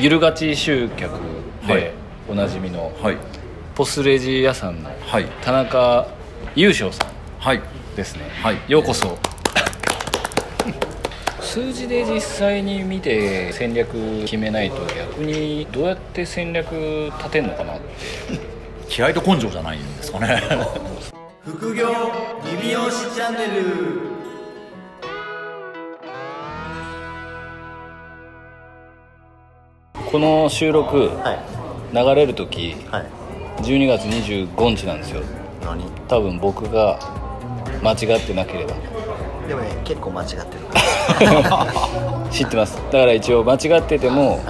ゆるがち集客はいでおなじみのはいポスレジ屋さんのはい田中優勝さんはいですね、はいようこそ 数字で実際に見て戦略決めないと逆にどうやって戦略立てんのかなって気合と根性じゃないんですかね副業リビオシチャンネルこの収録はい流れる時はい12月25日なんですよ何多分僕が間違ってなければ でもね結構間違ってる知ってますだから一応間違っててもはい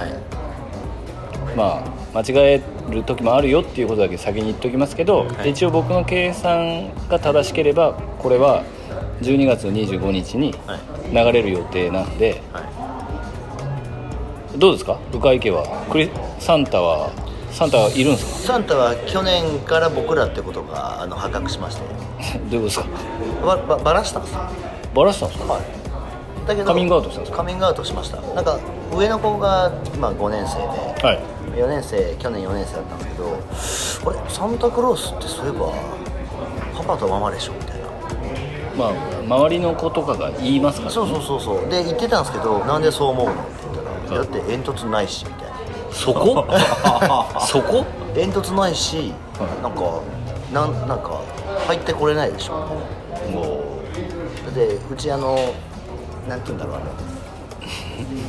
まあ間違える時もあるよっていうことだけ先に言っておきますけど、はいで一応僕の計算が正しければこれは12月25日にはい流れる予定なんではどうですか深井家はクリサンタはサンタはいるんですか いサンタは去年から僕らってことがあの破格しましてどういうことですかばばばらしたんですよバラしたんですかはいだけどカミングアウトしたんですかカミングアウトしましたなんか上の子が今5年生で、はい4年生去年4年生だったんですけどあれサンタクロースってそういえばパパとママでしょみたいなまあ周りの子とかが言いますからそうそうそうそうで言ってたんですけどなんでそう思うのって言ったらだはって煙突ないしみたいなそこ そこ煙突ないし、はいなんかなんなんか入ってこれないでしょもでうちあのなんて言うんだろうあの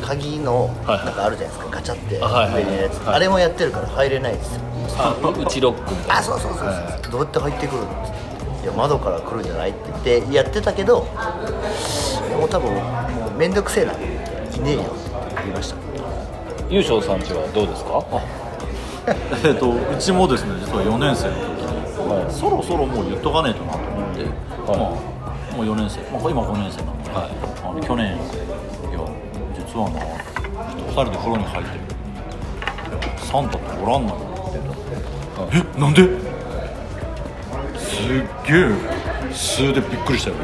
鍵のはいはいなんかあるじゃないですかガチャってあはいはい上にやつはいあれもやってるから入れないですよう あうちロックみたいなあそうそうそうそう、どうやって入ってくるのっていや窓から来るんじゃないって言ってやってたけどもう多分もう面倒くせえなっていねえよって言いました優勝さんちはどうですかえっとうちもですね実は4年生の時はいそろそろもう言っとかねえとなと思って、まあ、もう4年生、まあ、今5年生なんで、はいあの去年いや実はなちょっと2人で風呂に入ってサンタっておらんのよって言ったらえなんですっげえ素でびっくりしたよ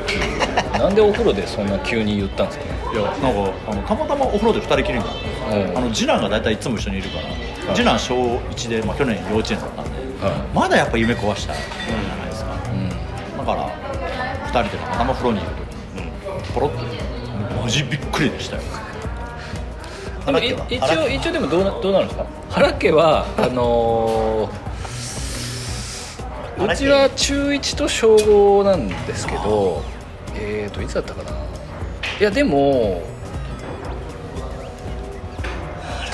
なんでお風呂でそんな急に言ったんですかいやなんかあのたまたまお風呂で2人きりになったんですよはいあの次男が大体いつも一緒にいるから、次男小1で、まあ、去年幼稚園だったんで、はまだやっぱ夢壊したじゃないですか、だから2人でたまたま風呂にいる時にポロッとマジびっくりでしたよあのい原家一は応一応でもどうなどうなるんですか原家はあのー原家うちは中1と小5なんですけどえっ、ー、といつだったかないやでも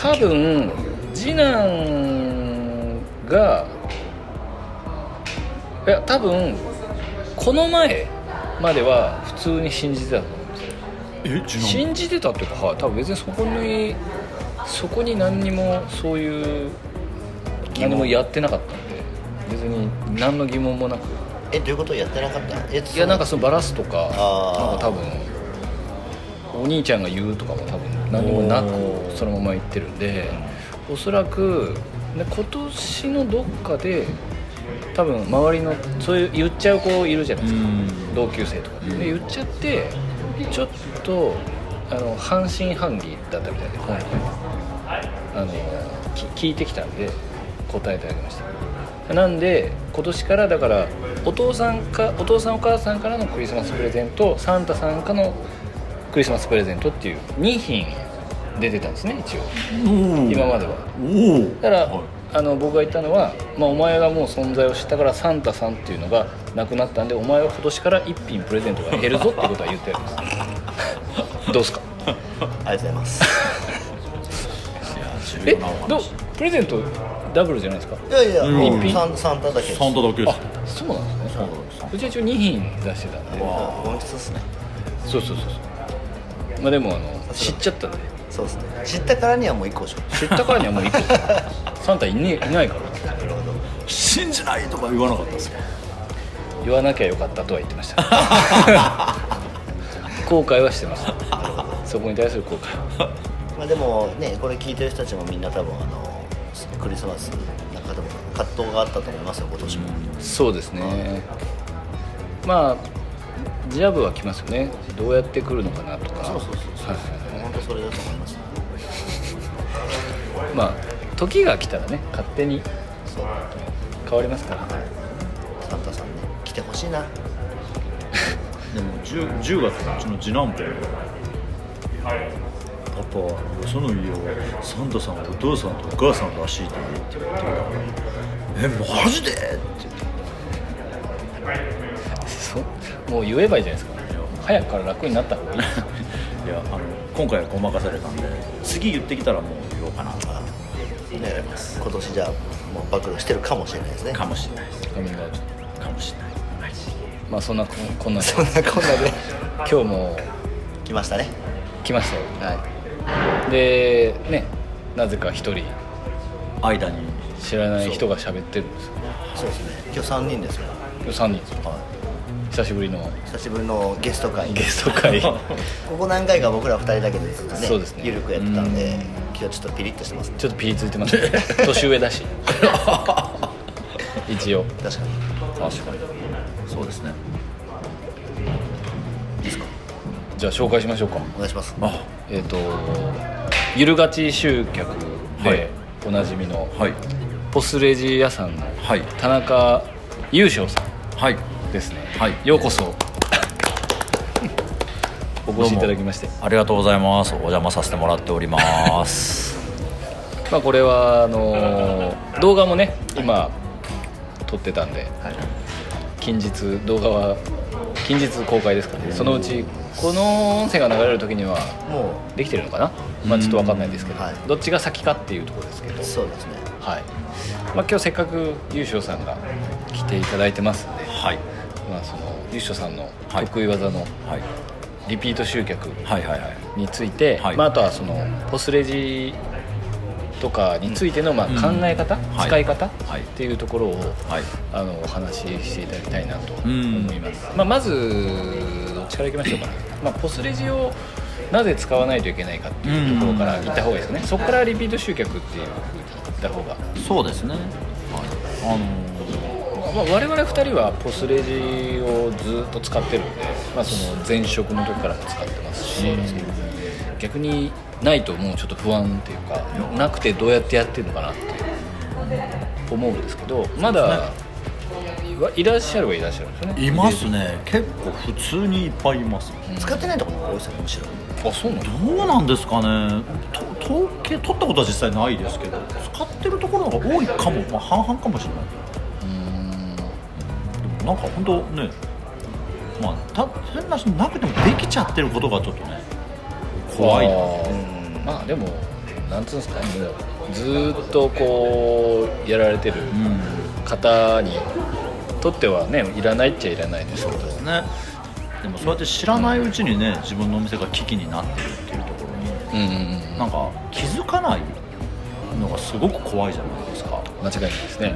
多分次男がいや多分この前までは普通に信じてたと思うえ次男信じてたっていうか、はい、多分別にそこにそこに何にもそういう何もやってなかったんで別に何の疑問もなくえどういうことやってなかったえいやなんかそのバラすとかなんあーか多分お兄ちゃんが言うとかも多分何もなおーくそのまま言ってるんでおそらくね今年のどっかで多分周りのそういう言っちゃう子いるじゃないですかうん同級生とかでで言っちゃってちょっとあの半信半疑だったみたいで本人はあのき聞いてきたんで答えてあげましたなんで今年からだからお父さんかお父さんお母さんからのクリスマスプレゼントサンタさんからのクリスマスプレゼントっていう2品出てたんですね一応うん今まではおおだから、はいあの僕が言ったのは、まあ、お前がもう存在を知ったからサンタさんっていうのがなくなったんでお前は今年から1品プレゼントが減るぞってことは言ったようですどう ですかありがとうござ いますいや重え要なお話どうプレゼントダブルじゃないですかいやいや、うんもうサンサンタだけですサンタだけですあそうなんですサねンタだけうちは一応2品出してたんで音質っすねそうそうそうそうまあでもあの知っちゃったんでそうですね知ったからにはもう一個でしょ知ったからにはもう1個 サンタい,、ね、いないから信じないとか言わなかったですか言わなきゃよかったとは言ってました 後悔はしてましたそこに対する後悔まあでもねこれ聞いてる人たちもみんな多分あのクリスマスなんかでも葛藤があったと思いますよ今年も、そうですねまあジャブは来ますよねどうやって来るのかなとかそうそうそうそう、はいはいはい本当それだと思いますまあ時が来たらね勝手にそう変わりますからサンタさんね来てほしいなでも 10, 10月のうちの次男坊がパパよその家はサンタさんはお父さんとお母さんらしいと言って言ってたからえマジでって言ってそもう言えばいいじゃないですか早くから楽になった方がいいですよいやあの今回はごまかされたんで次言ってきたらもう言おうかなとね今年じゃあもう暴露してるかもしれないですねかもしれないですカミングアウトかもしれない、はい、 まあそんなここんなでそんなこんなで 今日も来ましたね来ましたよはいでねなぜか一人間に知らない人が喋ってるんですよそうですね今日3人ですよ今日3人ですよは久しぶりのい久しぶりのゲスト会ゲスト 会ここ何回か僕ら2人だけでずっとねそうですねゆるくやってたんで今日ちょっとピリッとしてますねちょっとピリついて ますね年上だし一応確かに確かにそうですねじゃあ紹介しましょうかお願いしますあえっ、とゆるがち集客はいでおなじみのはいポスレジ屋さんのはい田中優勝さんはいですね、はいようこ そお越しいただきましてありがとうございますお邪魔させてもらっておりますまあ、これはあのー動画もね今撮ってたんではい近日動画は近日公開ですからねそのうちこの音声が流れる時にはもできてるのかな、まあ、ちょっと分かんないですけど、はいどっちが先かっていうところですけどう、そうですねはいまあ、今日せっかく優勝さんが来ていただいてますんで、 はいまあ、その優勝さんのはい得意技のはいリピート集客はいはいはいについて、はいまあ、あとはそのポスレジとかについてのまあうん考え方、はい使い方っはいていうところを、はいあのお話ししていただきたいなとうん思います、まあ、まずどっちからいきましょうかね、まあ、ポスレジをなぜ使わないといけないかっていうところから行った方がいいですね、そこからリピート集客っていうふうに行った方が、そうですねはいあのまあ、我々2人はポスレジをずっと使ってるんで、まあ、その前職の時からも使ってますし、逆にないともうちょっと不安っていうかなくてどうやってやってるのかなって思うんですけどまだいらっしゃるはいらっしゃるんですよねいますね結構普通にいっぱいいます使ってないところの方が多いですよねむしろあそうなんだどうなんですかねと統計取ったことは実際ないですけど使ってるところの方が多いかも、まあ、半々かもしれないうーんでもなんか本当ねまあた変な人なくてもできちゃってることがちょっとね怖いあなーまあでもなんつうんですかねずーっとこうやられてるうん方にとってはねいらないっちゃいらないですけどですねでもそうやって知らないうちにね自分のお店が危機になってるっていうところにうんうんうんなんか気づかないのがすごく怖いじゃないですか間違いないですね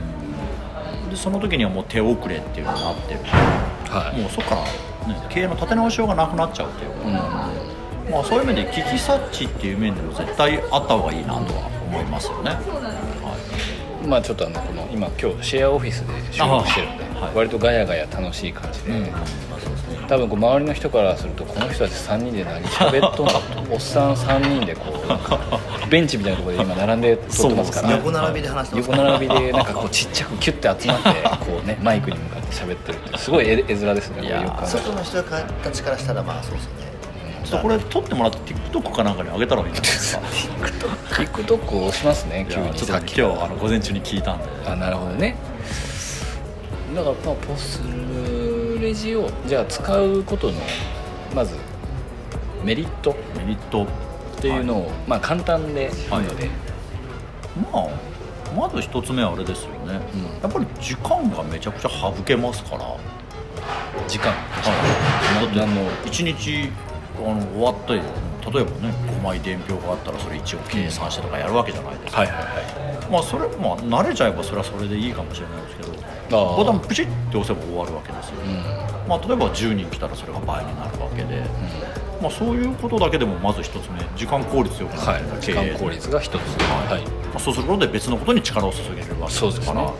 でその時にはもう手遅れっていうのになってるはいもうそっから、ね、経営の立て直しようがなくなっちゃうっていうかうんうんまあ、そういう面で危機察知っていう面でも絶対あった方がいいなとは思いますよね。はいまあちょっとあのこの今今日シェアオフィスで収録してるんで、あはい割とガヤガヤ楽しい感じで、まあそうですね多分こう周りの人からするとこの人たち3人で何喋っとんのおっさん3人でこうなんか ベンチみたいなところで今並んで撮ってますからそうですね横 並びで話してます横並びでなんかこうちっちゃくキュッて集まってこうねマイクに向かって喋ってるってすごい絵絵面ですねいやーこういう外の人たちからしたらまあそうですよねちょっとこれ撮ってもらって TikTok かなんかに上げたらいいんじゃないです か。感 TikTok を押しますねい急やにちょっとさっねき今日あの午前中に聞いたんで。あなるほどねだからまあポスレジをじゃあ使うことのまずメリットメリットっていうのを、まあ簡単でいいので、まあまず一つ目はあれですよね、うんやっぱり時間がめちゃくちゃ省けますから、は時間い、だってあの1日あの終わって例えばね5枚伝票があったらそれ一応計算してとかやるわけじゃないですか、はいはいはまあそれまあ慣れちゃえばそれはそれでいいかもしれないですけどあーボタンプチッて押せば終わるわけですよ、い、うんまあ、例えば10人来たらそれが倍になるわけで、まあ、そういうことだけでもまず一つ目時間効率よくなはるい、時経営間効率が一つはい、まあ、そうすることで別のことに力を注げるわけそうでですすかねらは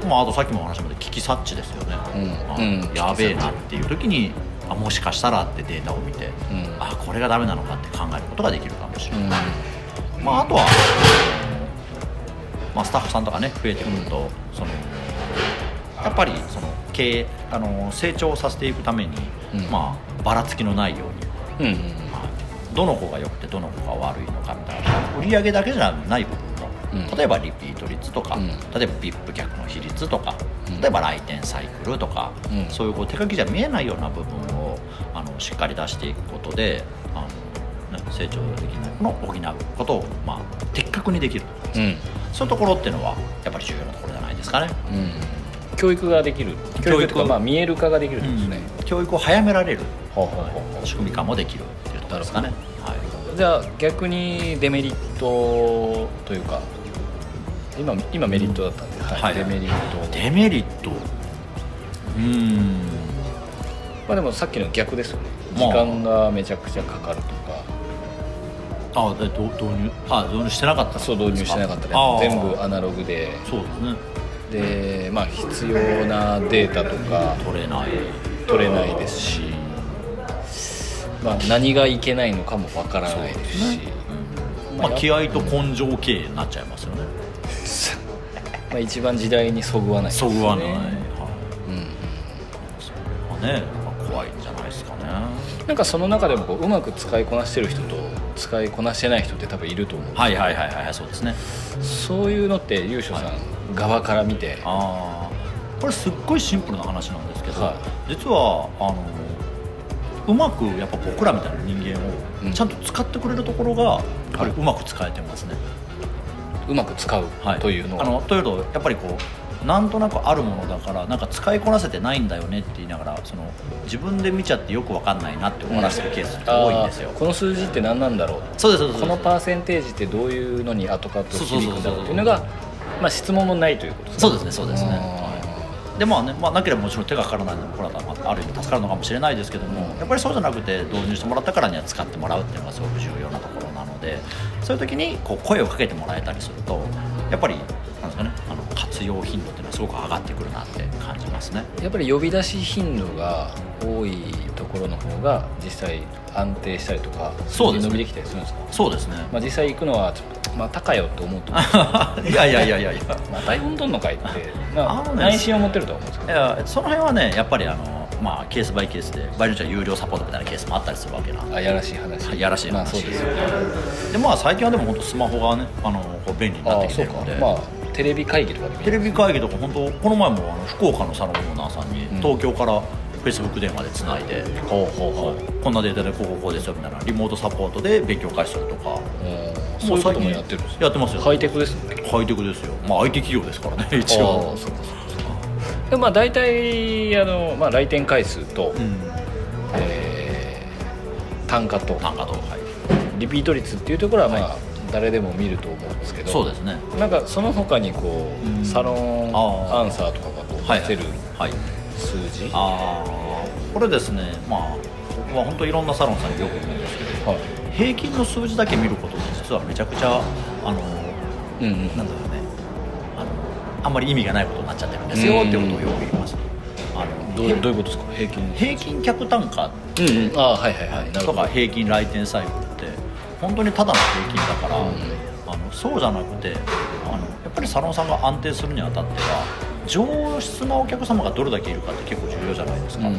と、まあ、あとさっきもお話しました危機察知ですよね、うんあうんやべえなっていう時にあもしかしたらってデータを見て、うんあこれがダメなのかって考えることができるかもしれい、ない、うんまあ、あとはまあ、スタッフさんとかね増えてくると、そのやっぱりその経営あの成長させていくために、うんまあ、ばらつきのないようにうんうんどの子が良くてどの子が悪いのかみたいな売り上げだけじゃない部分の、うん例えばリピート率とか、うん例えば VIP 客の比率とか、うん例えば来店サイクルとか、うんそういうこう手書きじゃ見えないような部分をあのしっかり出していくことであの、ね、成長できないものを補うことを、まあ、的確にできるうんうんそういうところっていうのはやっぱり重要なところじゃないですかね。うん教育ができる教教育育とか、まあ、見える化ができるってことですね、教育を早められるほうほうほうほう仕組み化もできるっていうところですかね。はいじゃあ逆にデメリットというか今今メリットだったんで、は、はいいデメリットデメリットうーんまあでもさっきの逆ですよね時まあ間がめちゃくちゃかかるとかあでど導入あ導入してなかったそう導入してなかったりあー全部アナログでそうですねでまあ必要なデータとか取れない取れないですし、まあ、何がいけないのかもわからないですしまあ、気やっ合と根性経営になっちゃいますよねまあ、一番時代にそぐわないですそねぐわない、うんそれはね、まあ、怖いんじゃないですかねなんかその中でもこううまく使いこなしてる人と使いこなしてない人って多分いると思う、はいはいはいはいそうですねそういうのって優勝さはん側から見て、ああこれすっごいシンプルな話なんですけど、はい実はあのうまくやっぱ僕らみたいな人間うんをちゃんと使ってくれるところが、やっぱりうまく使えてますね、うまく使うというのは、あのというとやっぱりこうなんとなくあるものだからなんか使いこなせてないんだよねって言いながらその自分で見ちゃってよくわかんないなって終わらせるケースって多いんですよ、あーこの数字って何なんだろうそうですそうですこのパーセンテージってどういうのに後々響くんだろうっていうのそがうそう、まあ、質問もないということですねそうですねそうですねあでまあねまあ、なければもちろん手がかからないのもこれはまあある意味助かるのかもしれないですけどもやっぱりそうじゃなくて導入してもらったからには使ってもらうっていうのがすごく重要なところなのでそういう時にこう声をかけてもらえたりするとやっぱりなんですかねあの活用頻度っていうのはすごく上がってくるなって感じますね。ーやっぱり呼び出し頻度が多いところの方が実際安定したりとかそうですね伸びできたりするんですかそうですね、まあ、実際行くのはちょっとまたかよって思うと思う いやいやいやいやいやまた呼んどんのかいって、まああ、のね内心を持ってるとは思うんですけいやその辺はねやっぱりあの、まあ、ケースバイケースで場合によっては有料サポートみたいなケースもあったりするわけなどあやらしい話、はいやらしい話まあそうですよでまあ最近はでも本当スマホがねあのこう便利になあってあきそてうるかので、まあテレビ会議とかで見テるレビ会議とか本当この前もあの福岡のサロンオーナーさんにん東京からフェイスブック電話でつないで、ほうほうほこんなデータでこうこうこうですよみたいなリモートサポートで勉強会するとかううんそういうこともやってるんですよやってますよハイテクですねハイテクですよまあ IT 企業ですからね一ああ応そうかそうかそうかでまあ大体あの、まあ、来店回数と、うんえー単価と単価とはいリピート率っていうところはまあ、はい誰でも見ると思うんですけどそうですねなんかその他にこう、うんサロンああアンサーとかがこうはい出せるはい数字、はあーこれですねまあ僕は本当いろんなサロンさんによく言うんですけど平均の数字だけ見ることって実はめちゃくちゃあのい、うんうんなんだろうねあのあんまり意味がないことになっちゃってるんですよっていうことをよく言いますあのどうどういうことですか平均平均客単価うんうんああはいはいはいなるとほどか平均来店サイクルって本当にただの平均だから、あのそうじゃなくてあのやっぱりサロンさんが安定するにあたっては上質なお客様がどれだけいるかって結構重要じゃないですか、うん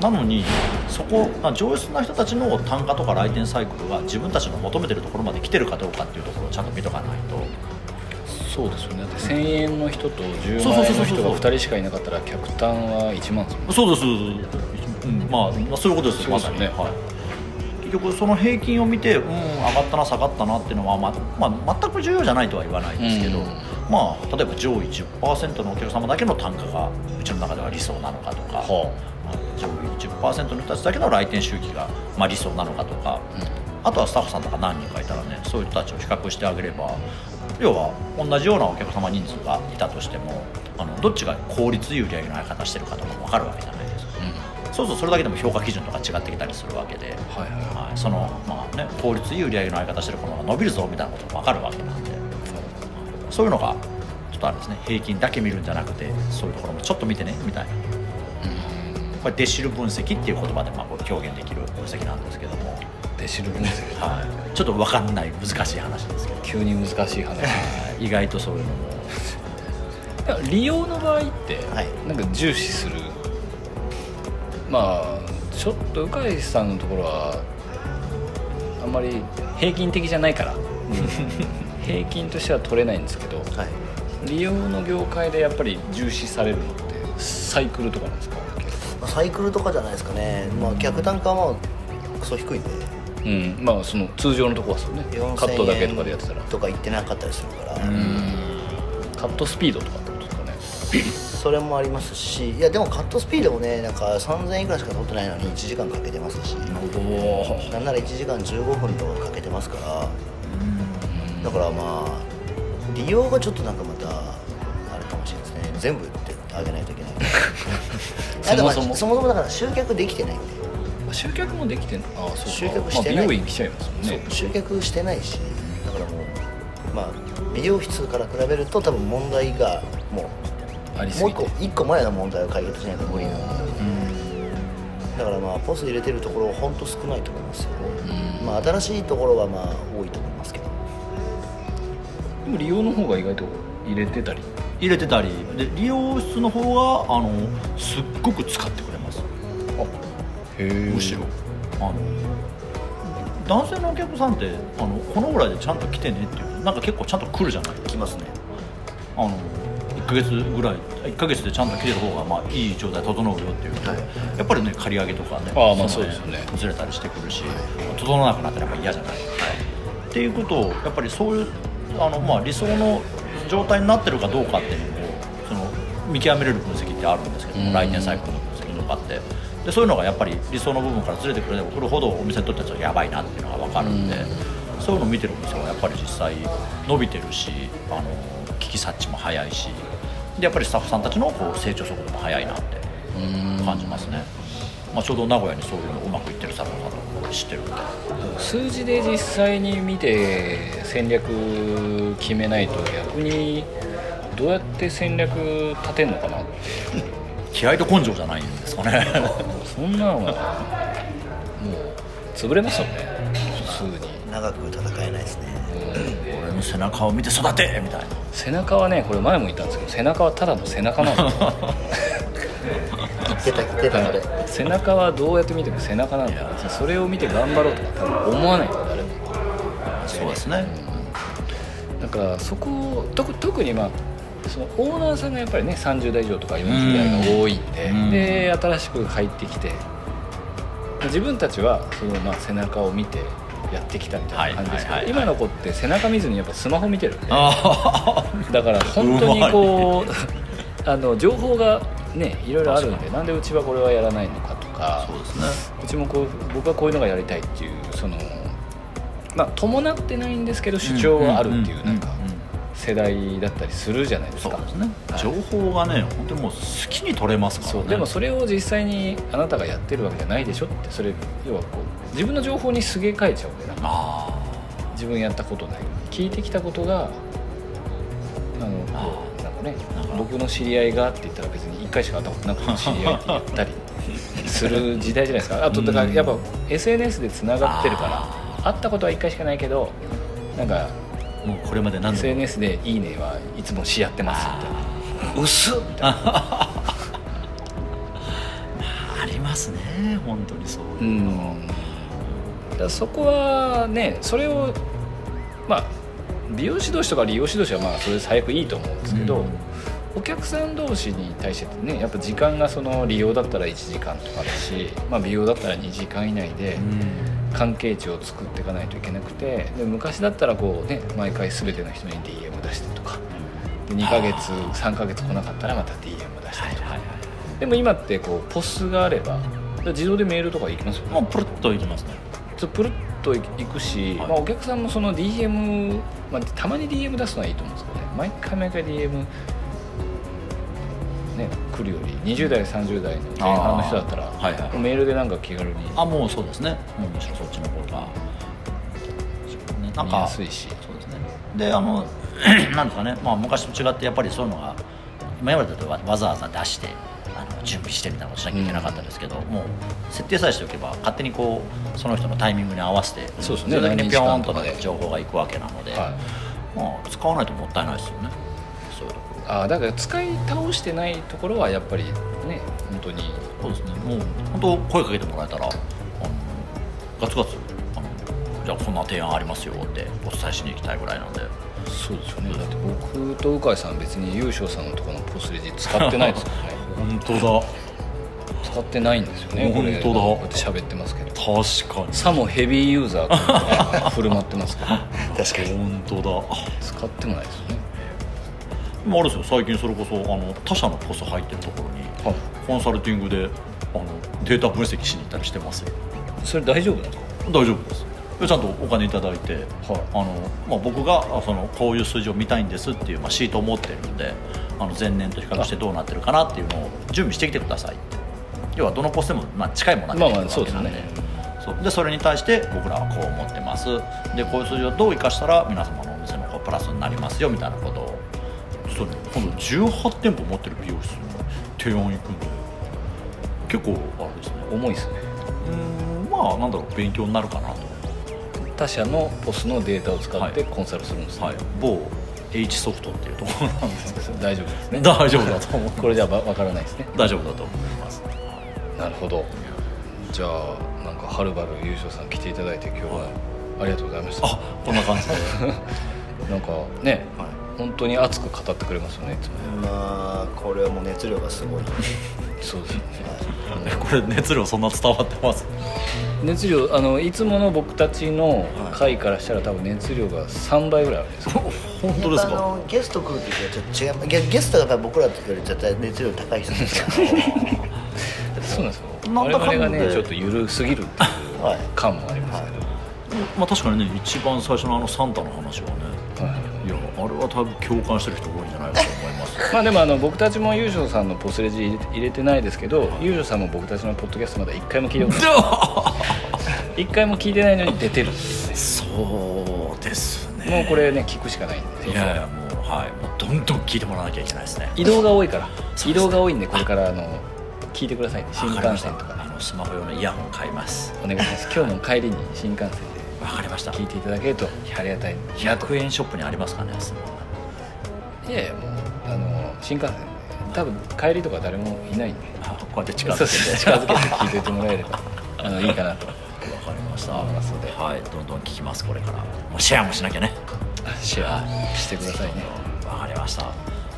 なのにそこまあ上質な人たちの単価とか来店サイクルが自分たちの求めてるところまで来てるかどうかっていうところをちゃんと見とかないとそうですよねだって1000円の人と10そう万そうそ円のうそうそう人が2人しかいなかったら客単は1万ですもんそうですそうです、うんまあそういうことですよそうまですさよにねはい結局その平均を見てうん上がったな下がったなっていうのは、まあまあ、全く重要じゃないとは言わないですけど、うんまあ例えば上位10%のお客様だけの単価がうちの中では理想なのかとか、はまあ上位10%の人たちだけの来店周期が、まあ、理想なのかとか、んあとはスタッフさんとか何人かいたらねそういう人たちを比較してあげれば要は同じようなお客様人数がいたとしてもあのどっちが効率いい売り上げの上げ方してるかとかも分かるわけじゃないですかうんそうするとそれだけでも評価基準とか違ってきたりするわけで、はいははい、そのまあね効率いい売り上げの上げ方してる子の方が伸びるぞみたいなことも分かるわけなんでそういうのがちょっとあれですね平均だけ見るんじゃなくてそういうところもちょっと見てねみたいな。これデシル分析っていう言葉でまあこう表現できる分析なんですけども、いデシル分析はい、ちょっと分かんない難しい話ですけど急に難しい話意外とそういうのもだから利用の場合って、はいなんか重視するまあちょっと鵜飼さんのところはあんまり平均的じゃないから 平均としては取れないんですけどはい利用の業界でやっぱり重視されるのってサイクルとかなんですかまあサイクルとかじゃないですかね、まあ、客単価はクソ低いんでうんまあその通常のとこはそうね4000円カットだけとかでやってたらとか行ってなかったりするから、カットスピードとかってことですかねそれもありますしいやでもカットスピードもねなんか3000円いくらしか取ってないのに1時間かけてますしおーなんなら1時間15分とかかけてますからだからまあ利用がちょっとなんかまたあれかもしれないですね全部売ってあげないといけない あでそもそもそもそもだから集客できてないんで集客もできてんのああそうか集客してないまあ、美容院来ちゃいますもんそうね集客してないしだからもうまあ美容室から比べると多分問題がもありうすもうぎ一て個一個前の問題を解決しないと無理なんでだからまあポス入れてるところほんと少ないと思いますよね、まあ新しいところはまあ多いと思いますけどでも利用の方が意外と入れてたり入れてたりで利用室の方があのすっごく使ってくれますへえむしろあの男性のお客さんってあのこのぐらいでちゃんと来てねっていうなんか結構ちゃんと来るじゃない来ますねあの1ヶ月ぐらい1ヶ月でちゃんと来てる方がまあいい状態整うよっていうことで、やっぱりね刈り上げとかねああまあのそうですよねずれたりしてくるし、整わなくなったらやっぱ嫌じゃない、っていうことをやっぱりそういうあの、まあ、理想の状態になってるかどうかっていうのをその見極めれる分析ってあるんですけども、うん来店サイクルの分析とかってでそういうのがやっぱり理想の部分からずれてくればくるほどお店にとってはちょっとやばいなっていうのが分かるんで、そういうのを見てるお店はやっぱり実際伸びてるしあの危機察知も早いしでやっぱりスタッフさんたちのこう成長速度も早いなって感じますね、まあ、ちょうど名古屋にそういうのうまくいってるサロンさんとか知ってるんで。数字で実際に見て戦略決めないと逆にどうやって戦略立てんのかなって気合と根性じゃないんですか ねそんなのはもう潰れますよね普通に長く戦えないですね俺の背中を見て育てみたいな背中はねこれ前も言ったんですけど背中はただの背中なんですよ 来てた来てたそれ背中はどうやって見ても背中なんだよ別にそれを見て頑張ろうとか多分思わないよ誰もそうですねだからそこを特特にまあそのオーナーさんがやっぱりね30代以上とか40代が多いんで、うんで新しく入ってきて自分たちはそのまあ背中を見てやってきたみたいな感じですけど、はいはいはいは今いの子って背中見ずにやっぱスマホ見てるんであだから本当にこうあの情報がねいろいろあるんでなんでうちはこれはやらないのかとあかそうですねうちもこう僕はこういうのがやりたいっていうそのまあ伴ってないんですけど主張はあるっていうなんか。んうん世代だったりするじゃないですそうかですね、はい情報がね本当にもう好きに取れますからねそうでもそれを実際にあなたがやってるわけじゃないでしょってそれ要はこう自分の情報にすげ替えちゃうんでなんかあ自分やったことない聞いてきたことがあのこうなんかね僕の知り合いがって言ったら別に1回しか会ったことなくて知り合いって言ったり する時代じゃないですかあとだからやっぱ SNS でつながってるから会ったことは1回しかないけどなんかあもうこれまで何でも SNS で「いいね」はいつもし合ってますみたいな薄っ ありますね本当にそういうう、ん、だからそこはねそれをまあ美容師同士とか利用師同士はまあそれ最悪いいと思うんですけど、うんお客さん同士に対してねやっぱ時間がその利用だったら1時間とかだし、まあ、美容だったら2時間以内で関係値を作っていかないといけなくてで昔だったらこうね毎回全ての人に DM 出してとかで2ヶ月3ヶ月来なかったらまた DM 出してとか、でも今ってこうポスがあれば自動でメールとか行きますよねもうプルッといきますねちょっとプルッといくし、はいまあ、お客さんもその DM、まあ、たまに DM 出すのはいいと思うんですけどね毎回毎回 DM、ね、来るより20代30代の前半の人だったら、あーはいはいメールでなんか気軽に見あもうそうですねもうむしろそっちの方がそうねなんやかすいしそうですねであの なんですかね、まあ、昔と違ってやっぱりそういうのが今までだとわわざわざ出してあの準備してみたいなことしなきゃいけなかったんですけど、もう設定さえしておけば勝手にこうその人のタイミングに合わせてそうですねれだけにピョーン何日間ととかねで情報がいくわけなので、はまあ、使わないともったいないですよねそういうところあーだから使い倒してないところはやっぱりね本当にそうですねもう本当声かけてもらえたらあのガツガツあのじゃあこんな提案ありますよってお伝えしに行きたいぐらいなんでそうですよねだって僕と鵜飼さん別に優勝さんのところのポスレジ使ってないですから ね本当だ使ってないんですよねこれ本当だこうやって喋ってますけど確かにさもヘビーユーザーと振る舞ってますけど確かに本当だあ使ってもないですよねでもあれですよ最近それこそあの他社のポス入ってるところはにいコンサルティングであのデータ分析しに行ったりしてますよそれ大丈夫なんです大丈夫ですでちゃんとお金いただいて、はいあのまあ、僕があそのこういう数字を見たいんですっていう、まあ、シートを持ってるんであの前年と比較してどうなってるかなっていうのを準備してきてくださいって要はどのポスでも、まあ、近いものまあがま出あてくるわけなんで,、そうですそうでそれに対して僕らはこう思ってますでこういう数字をどう生かしたら皆様のお店のこうプラスになりますよみたいなことをそう今度18店舗持ってる美容室に提案行くんで結構あれですねか重いですねうんまあなんだろう勉強になるかなと、他社のポスのデータを使ってコンサルするんですね、はい、某 H ソフトっていうところ なんですけ大丈夫ですねど大丈夫だと思うこれじゃわわからないですね大丈夫だと思いますなるほどじゃあなんかはるばる優勝さん来ていただいて今日はありがとうございましたあこんな感じで、 なんかねは本当に熱く語ってくれますよねいつもまあこれはもう熱量がすごいそうですよねい、これ熱量そんな伝わってます熱量あのいつもの僕たちの回からしたら多分熱量が3倍ぐらいあるんですよ本当ですやっぱかあのゲスト来る時はちょっと違うゲゲストが多分僕らの時より絶対熱量高い人ですかそうなんですよなん我だかんだ々でがねちょっと緩すぎるっていう らはい感もありますけど、まあ確かにね一番最初のあのサンタの話はねはいいやあれは多分共感してる人多いんじゃないかと思い ますまあでもあの僕たちも優勝さんのポスレジ入れ入れてないですけど優勝さんも僕たちのポッドキャストまだ1回も聞いてない1 回も聞いてないのに出てるっていうねそうですねもうこれね聞くしかないんでいやいやもうはいもうどんどん聞いてもらわなきゃいけないですね移動が多いから、すね移動が多いんでこれからあの聞いてくださいね新幹線とかあのスマホ用のイヤホン買いますお願いします今日の帰りに新幹線でわかりました聞いていただけるとありがたい100円ショップにありますかねスマホいやいやもうあの新幹線で多分帰りとか誰もいないんであこうやって近づそうけですてね近づけて聞いておいてもらえればあのいいかなとわかりました思いますのではいどんどん聞きますこれからもうシェアもしなきゃねシェアしてくださいねわかりました、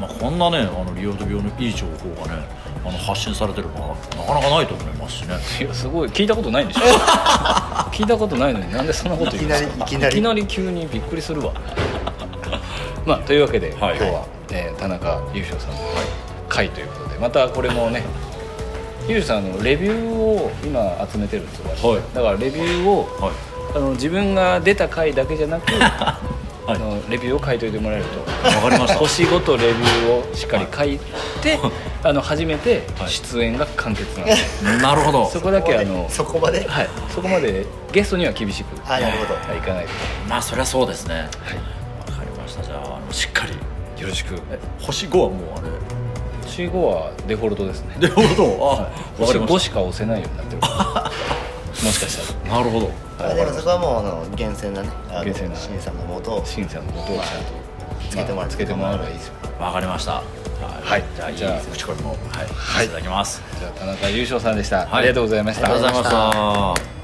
まあ、こんなねあの利用と病のいい情報がねあの発信されてるのはなかなかないと思いますしねいやすごい聞いたことないんでしょ聞いたことないのになんでそんなこと言うんですかいきなりいきなり急にびっくりするわ まあというわけで、はい今日は、えー田中優勝さんの回ということでまたこれもね優勝さんのレビューを今集めてるんですよ、私はいだからレビューをはいあの自分が出た回だけじゃなく、あはいのレビューを書いといてもらえるとわかりました星ごとレビューをしっかり書いて、あの初めてはい出演が完結 なんで、なるほどそこだけあのそこまではい、そこまでゲストには厳しく、あなるほどはい、いかないと。まあそりゃそうですねはい、わかりましたじゃああのしっかりよろしく。星5はもうあれ星五はデフォルトですね。なるほどあ、わか星りま五ししか押せないようになってるから。もしかしたたなるほどら。あでもそこはもうあの厳選なねあの厳選な新さんのもとしんちゃんのことをちゃんと、つけてもらまあうつけてもらえばいいですよ。わかりましたはいじゃあいいじゃあ口コミもはい、はいいただきますじゃあ、田中優勝さんでした。はいありがとうございましあた。りがとうございました